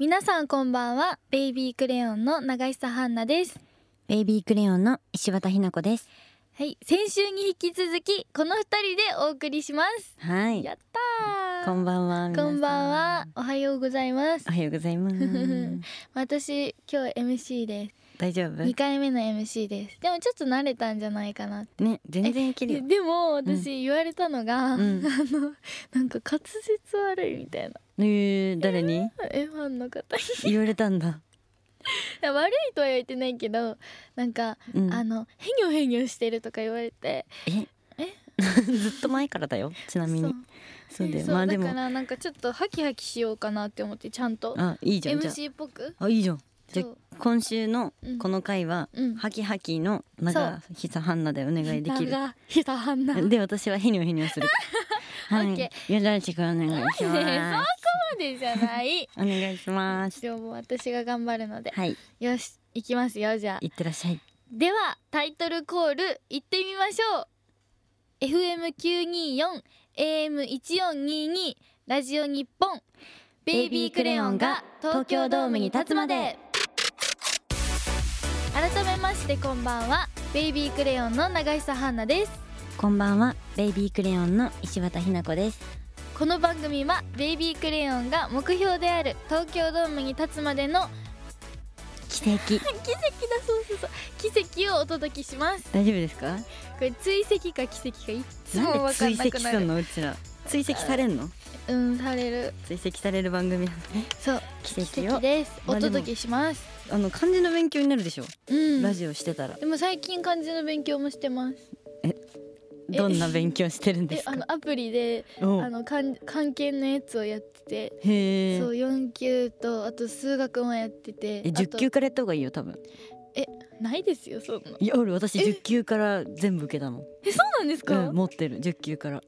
皆さんこんばんはベイビークレヨンの永久絆奈ですベイビークレヨンの石渡ひな子です。はい先週に引き続きこの二人でお送りしますはい。やったこーんばんは。皆さこんばんは。おはようございますおはようございます。 私今日 MC です大丈夫二。回目の MC ですでもちょっと慣れたんじゃないかなね、全然いけるででよ。も私言われたのが、うん あのなんか滑舌悪いみたいなえー、誰にえファンの方 に言われたんだ。悪いとは言ってないけどなんか、うんあのへにょへにょしてるとか言われてえ。え ずっと前からだよ。ちなみに。そうだよ。そうまあでだかも。らなんかちょっとハキハキしようかなって思ってちゃんとあ、いいじゃん。じゃ MC っぽくあ。あ、いいじゃん。じゃそうあ、今週のうんこの回は。うんハキハキの長久ハンナでお願いできる。がひたはんな で、私はヘニョヘニョする。はオッケい。よろしくお願い しねえます。そうでじゃないお願いします。じゃあもう私が頑張るので、はい。よし行きますよじゃあいってらっしゃい。ではタイトルコール行ってみましょう FM924 AM1422 ラジオ日本ベイビークレヨンが東京ドームに立つまで改めましてこんばんはベイビークレヨンの永久絆奈ですこんばんは、ベイビークレヨンの石渡ひな子です。この番組はベイビークレヨンが目標である東京ドームに立つまでの奇跡。奇跡だそうそうそう奇跡をお届けします大丈夫ですか？これ追跡か奇跡かいっつなもんで分かん追な跡くすなるるのうちら？追跡されんの？うんされる追跡される番組なのね。そう奇奇跡跡をですまおあでも届けします、あの漢字の勉強になるでしょ。うんラジオしてたらでも最近漢字の勉強もしてますえどんな勉強してるんでですかあ？のアプリでおあの漢漢検のやつをやってへてえそ。う4級とあと数学もやっててえあと十級からやった方がいいよ多分。ないですよそんないや俺私え十級から全部受けたもん。えそうなんですか、うん持ってる十級から。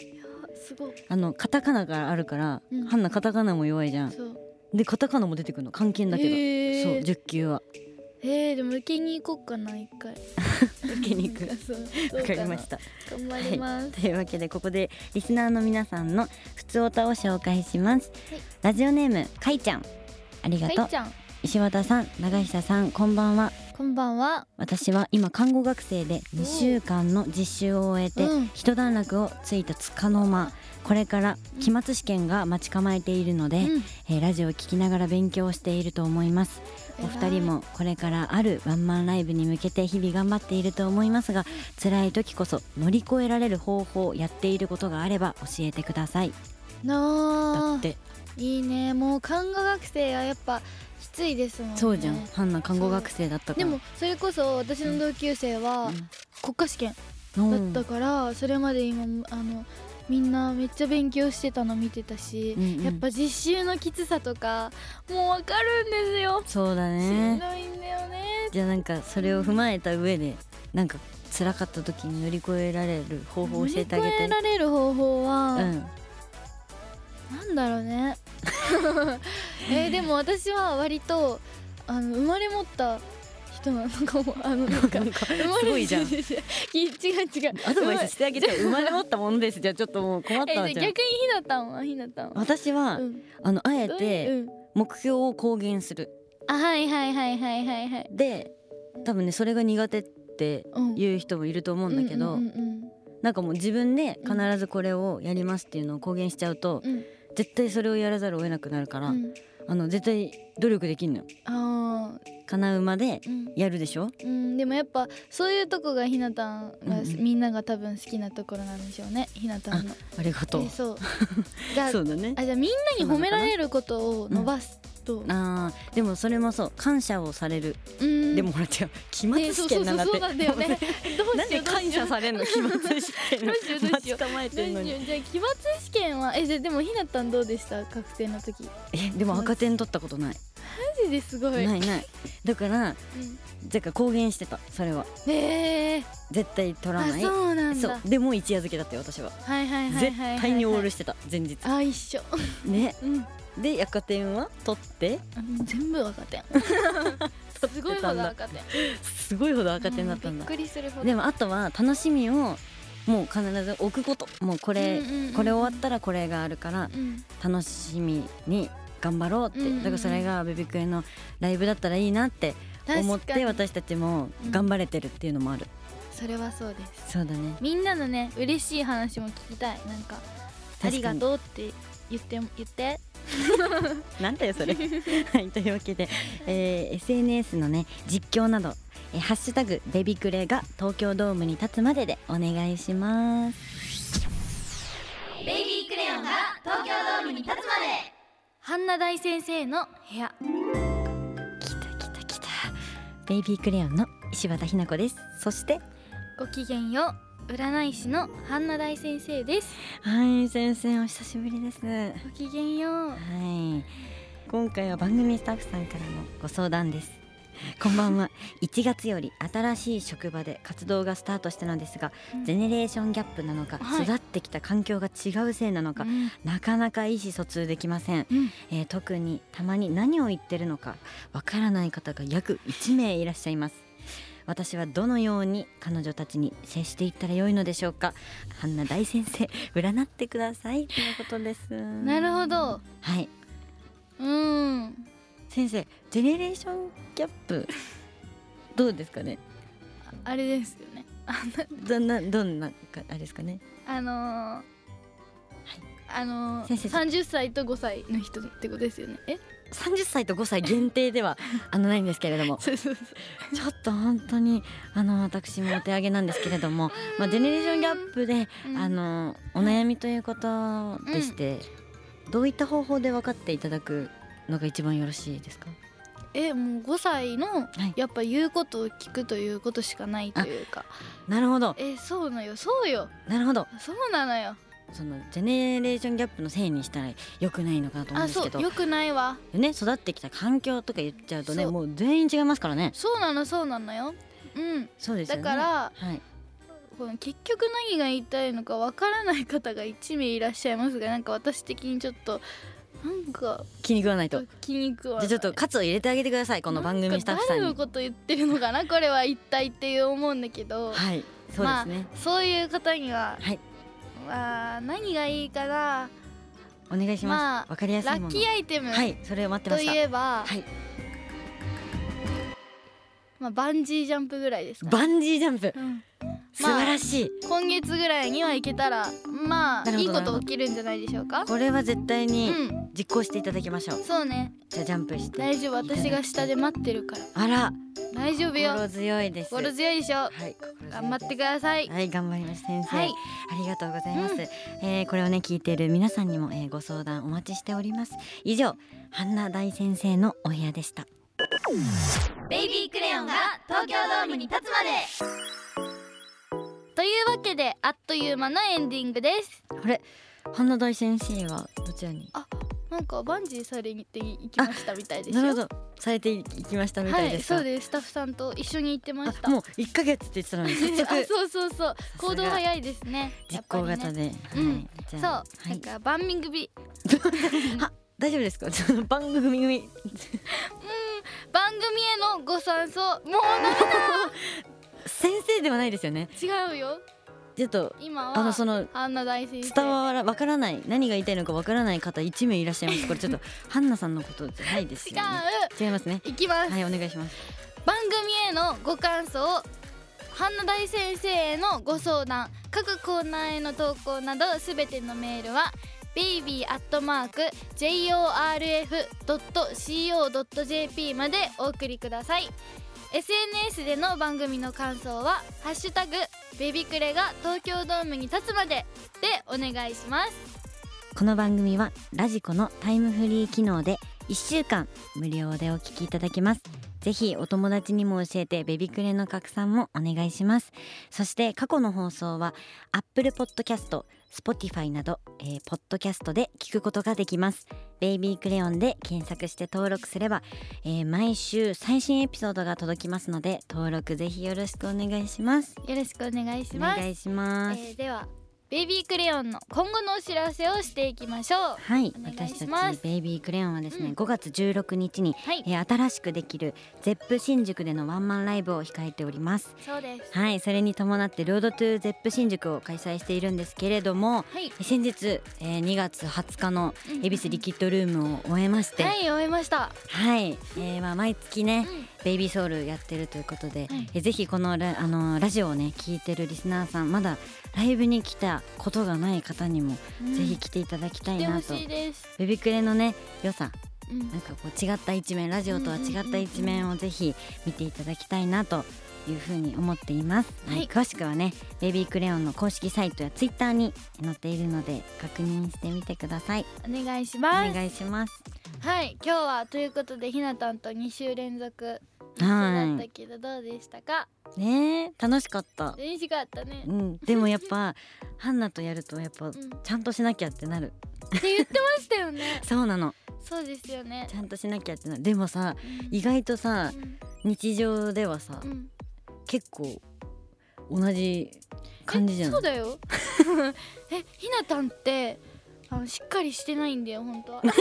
すごいあのカタカナがあるからうん、ハンナカタカナも弱いじゃん。そうでカタカナも出てくるの関係だけど。そへうえ十級はえー、でも受けに行こうかな一回。受けに行く そうわわかりました。頑張ります、 というわけでここでリスナーの皆さんの普通歌を紹介します、はいラジオネームかいちゃんありがとかういちゃん石渡さん長久さんこんばんはこんばんは私は今看護学生でおう2週間の実習を終えてうん一段落をついたつかの間これから期末試験が待ち構えているので、うんえーラジオを聞きながら勉強をしていると思いますお二人もこれからあるワンマンライブに向けて日々頑張っていると思いますが辛い時こそ乗り越えられる方法やっていることがあれば教えてくださいだなあっていいねもう看護学生はやっぱきついですもんねそうじゃんハンナ看護学生だったかでらもそれこそ私の同級生は国家試験だうんったからそれまで今あのみんなめっちゃ勉強してたの見てたしうんうんやっぱ実習のきつさとかもうわかるんですよそうだしんねどいんだよねじゃあなんかそれを踏まえた上でなんか辛かった時に乗り越えられる方法を教えてあげ乗り越えてられる方法は、うんなんだろう ねえーでも私は割とあの生まれ持った人なのかもあのなん か生まれすごいじゃん違う違 う違うアドバイスしてあげて生まれ持ったものですじゃあちょっともう困っえたわじじゃあゃん逆にひなたんはひなたんは私はうんあのあえどういてううん目標を公言するあはいはいはいはいはいはいで多分ねそれが苦手ってうんいう人もいると思うんだけど、うんうんなんかもう自分で必ずこれをやりますっていうのを公言しちゃうと、うん絶対それをやらざるを得なくなるから、うんあの絶対努力できんのよ。あ叶うまでーうんやるでしょうんでもやっぱそういうとこがひなたんがうんうんみんなが多分好きなところなんでしょうねひなたんのありがとうえ。 そうがそうだね。あじゃあみんなに褒められることを伸ばすと、うんあーでもそれもそう感謝をされる、でもほら違う期末試験なんだって、ねそうそうそうそうなんだよ ねどうなんしよでうどう感しよ謝うされるの期末試験のどうしようどうしよ待うち構えてどんのうしにようじゃあ期末試験はえじゃあでもひなたんどうでした学生の時マえでも赤点取ったことないジですごい、ないないだからうんだから公言してたそれはえー、絶対取らあないそうなんそだうでも一夜漬けだったよ私ははいはいはいはい絶はい対にオールしてた前日あ一緒ねうんで赤点は取ってうん全部赤 点すごいほど赤点すごいほど赤点だったんうだびっくりするほどでもあとは楽しみをもう必ず置くこともうこれうんうんうんこれ終わったらこれがあるからうん楽しみに頑張ろうって、うんうんうんだからそれがベビクエのライブだったらいいなって思っ確かにて私たちも頑張れてるっていうのもある、それはそうですそうだねみんなのね嬉しい話も聞きたいなんかありがうとうって言って言ってなんだよそれ はいというわけで、えー SNS のね実況などえーハッシュタグベビクレが東京ドームに立つまででお願いしますベイビークレヨンが東京ドームに立つまで半ナ大先生の部屋きたきたきたベイビークレヨンの石畑ひな子ですそしてごきげんよう占い師の半ナ大先生ですはい先生お久しぶりですはごきげんようい今回は番組スタッフさんからのご相談ですこんばんは1月より新しい職場で活動がスタートしたのですが、うんジェネレーションギャップなのか、はい育ってきた環境が違うせいなのか、うんなかなか意思疎通できません、うんえー特にたまに何を言ってるのかわからない方が約1名いらっしゃいます私はどのように彼女たちに接していったらよいのでしょうかハンナ大先生占ってくださいということですなるほどはいうん先生ジェネレーションギャップどうですかねあれですよねどんなどんなかあれですかねあのーあの先生ー、30歳と5歳の人ってことですよねえ30歳と5歳限定ではあのないんですけれどもそうそうそうちょっと本当にあの私もお手上げなんですけれども、まあ、ジェネレーションギャップで、うんあのお悩みということでして、どういった方法で分かっていただくのが一番よろしいですかえもう5歳のいやっぱ言うことを聞くということしかないというかなるほどえそうなのよそうよなるほどそうなのよそのジェネレーションギャップのせいにしたら良くないのかなと思うんあですそけどうよくないわね、育ってきた環境とか言っちゃうとねそうもう全員違いますからねそうなのそうなのようんそうですだよねからはい、この結局何が言いたいのかわからない方が1名いらっしゃいますがなんか私的にちょっとなんか気に食わないとじ気に食わゃなあいちょっとカツを入れてあげてくださいこの番組スタッフさんになんか誰のこと言ってるのかなこれは一体っていう思うんだけどはいそうですね、そういう方には、はいまあ何がいいかなお願いしまます。わ、あかりやすいラもの。ッキーアイテムはい、それを待ってまとしいた。えば、はい、まあ、バンジージャンプぐらいですかね、バンジージャンプ、うん素晴らしい。今月ぐらいには行けたらまあなるほいいどこと起きるんじゃないでしょうかこれは絶対うにん実行していただきましょう。そうねじゃあジャンプして。大丈夫私が。下で待ってるからあら、大丈夫よ心強いです。心強いでしょはい、心強いです頑張ってくださいはい、頑張りました先生、はいありがとうございます。うんえーこれをね聞いている皆さんにも、えーご相談お待ちしております。以上、ハンナ大先生のお部屋でした。ベイビークレヨンが東京ドームに立つまでというわけであっという間のエンディングですあれ、ハンナ大先生はどちらに？なんかバンジーされに行って行きましたみたいですなよるほど、されていきましたみたはいでいすか。そうですスタッフさんと一緒に行ってましたあもう一ヶ月って言ってたのに早あ速そうそうそうが行動早いですね実行やっぱ型りねで、うんはいじそう、ゃあはないんか番組大丈夫ですか ちょっと番組組番組へのご参照も先生ではないですよねう違うよちょっと今はあのそのあんな大先生伝わらわからない何が言いたいのかわからない方一名いらっしゃいますこれち ょっとハンナさんのことじゃないですよね違違いますねういきます、はいお願いします番組へのご感想ハンナ大先生へのご相談各コーナーへの投稿などすべてのメールは baby.jorf.co.jp までお送りください SNS での番組の感想は「ハッシュタグベビクレが東京ドームに立つまで」でお願いしますこの番組はラジコのタイムフリー機能で1週間無料でお聞きいただけますぜひお友達にも教えてベビクレの拡散もお願いしますそして過去の放送は Apple Podcast、Spotify など、えーポッドキャストで聞くことができますベイビークレヨンで検索して登録すれば、えー毎週最新エピソードが届きますので登録ぜひよろしくお願いしますよろしくお願いしおます願いします、えーではベイビークレヨンの今後のお知らせをしていきましょうはいお願い私したますちベイビークレヨンはですね、うん5月16日に、はいえー新しくできるゼップ新宿でのワンマンライブを控えておりますそうですはいそれに伴ってロードトゥゼップ新宿を開催しているんですけれどもはい先日、えー2月20日の恵比寿リキッドルームを終えまして、はい終えましたはい、えーまあ、毎月ね、うんベイビーソウルやってるということで、はいえぜひこのラあのラジオをね聞いてるリスナーさんまだライブに来たことがない方にも、うんぜひ来ていただきたい来てほなとしいですベビクレのね良さうんなんかこう違った一面ラジオとは違った一面をぜひ見ていただきたいなというふうに思っています、はいはい詳しくはねベイビークレヨンの公式サイトやツイッターに載っているので確認してみてくださいお願いしおます願いしますはい今日はということでひなたんと2週連続一緒はいだったけどどうでしたかねえ楽しかった嬉しかったねうん、でもやっぱハンナとやるとやっぱうんちゃんとしなきゃってなるって言ってましたよね そうなのそうですよねちゃんとしなきゃってなるでもさうん意外とさうん日常ではさうん結構同じ感じじゃえそなういだよ えひなたんってあのしっかりしてないんだよ本当 は違う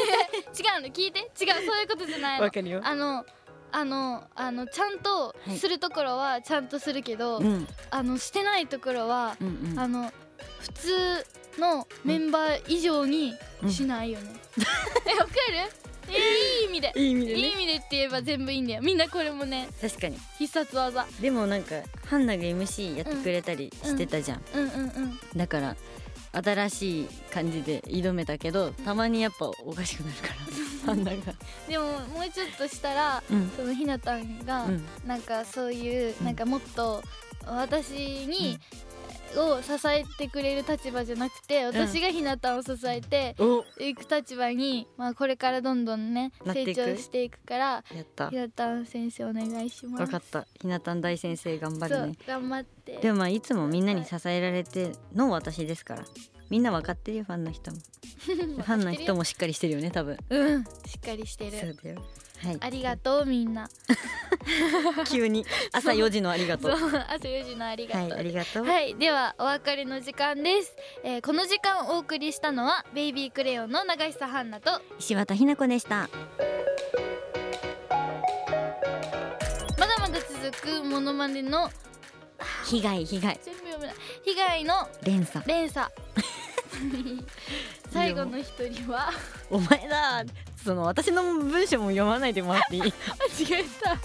の聞いて違うそういうことじゃないのかるよあのあのあのちゃんといするところはちゃんとするけど、うんうんあのしてないところは、うんあの普通のメンバー以上にしないよね、えわかるえいい意味でいい意味いい意味でって言えば全部いいんだよみんなこれもね確かに必殺技でもなんかハンナが MC やってくれたりしてたじゃん、うんうんうんだから新しい感じで挑めたけどたまにやっぱおかしくなる からハンナがでももうちょっとしたらうんそのひなたんが、うんなんかそういううんなんかもっと私に、を支えてくれる立場じゃなくて私がひなたを支えておいく立場に、まあ、これからどんどんねなって成いく長していくからやったひなたん先生お願いしますわかったひなたん大先生頑張そるうね頑張ってでもまあいつもみんなに支えられての私ですからみんな分かってるよファンの 人もファンの人ももしっかりしてるよね多分うんしっかりしてそるうだよはいありがとうみんな 急に朝4時のありがとそうう朝4時のありがとはう、いありがとうはい、ではお別れの時間です、えーこの時間お送りしたのはベイビークレヨンの長久ハンナと石渡ひな子でしたまだまだ続くモノマネの被害被害全部読めない被害の連鎖連 鎖 最後の一人は お前だその私の文章も読まないでもらっていい間違えた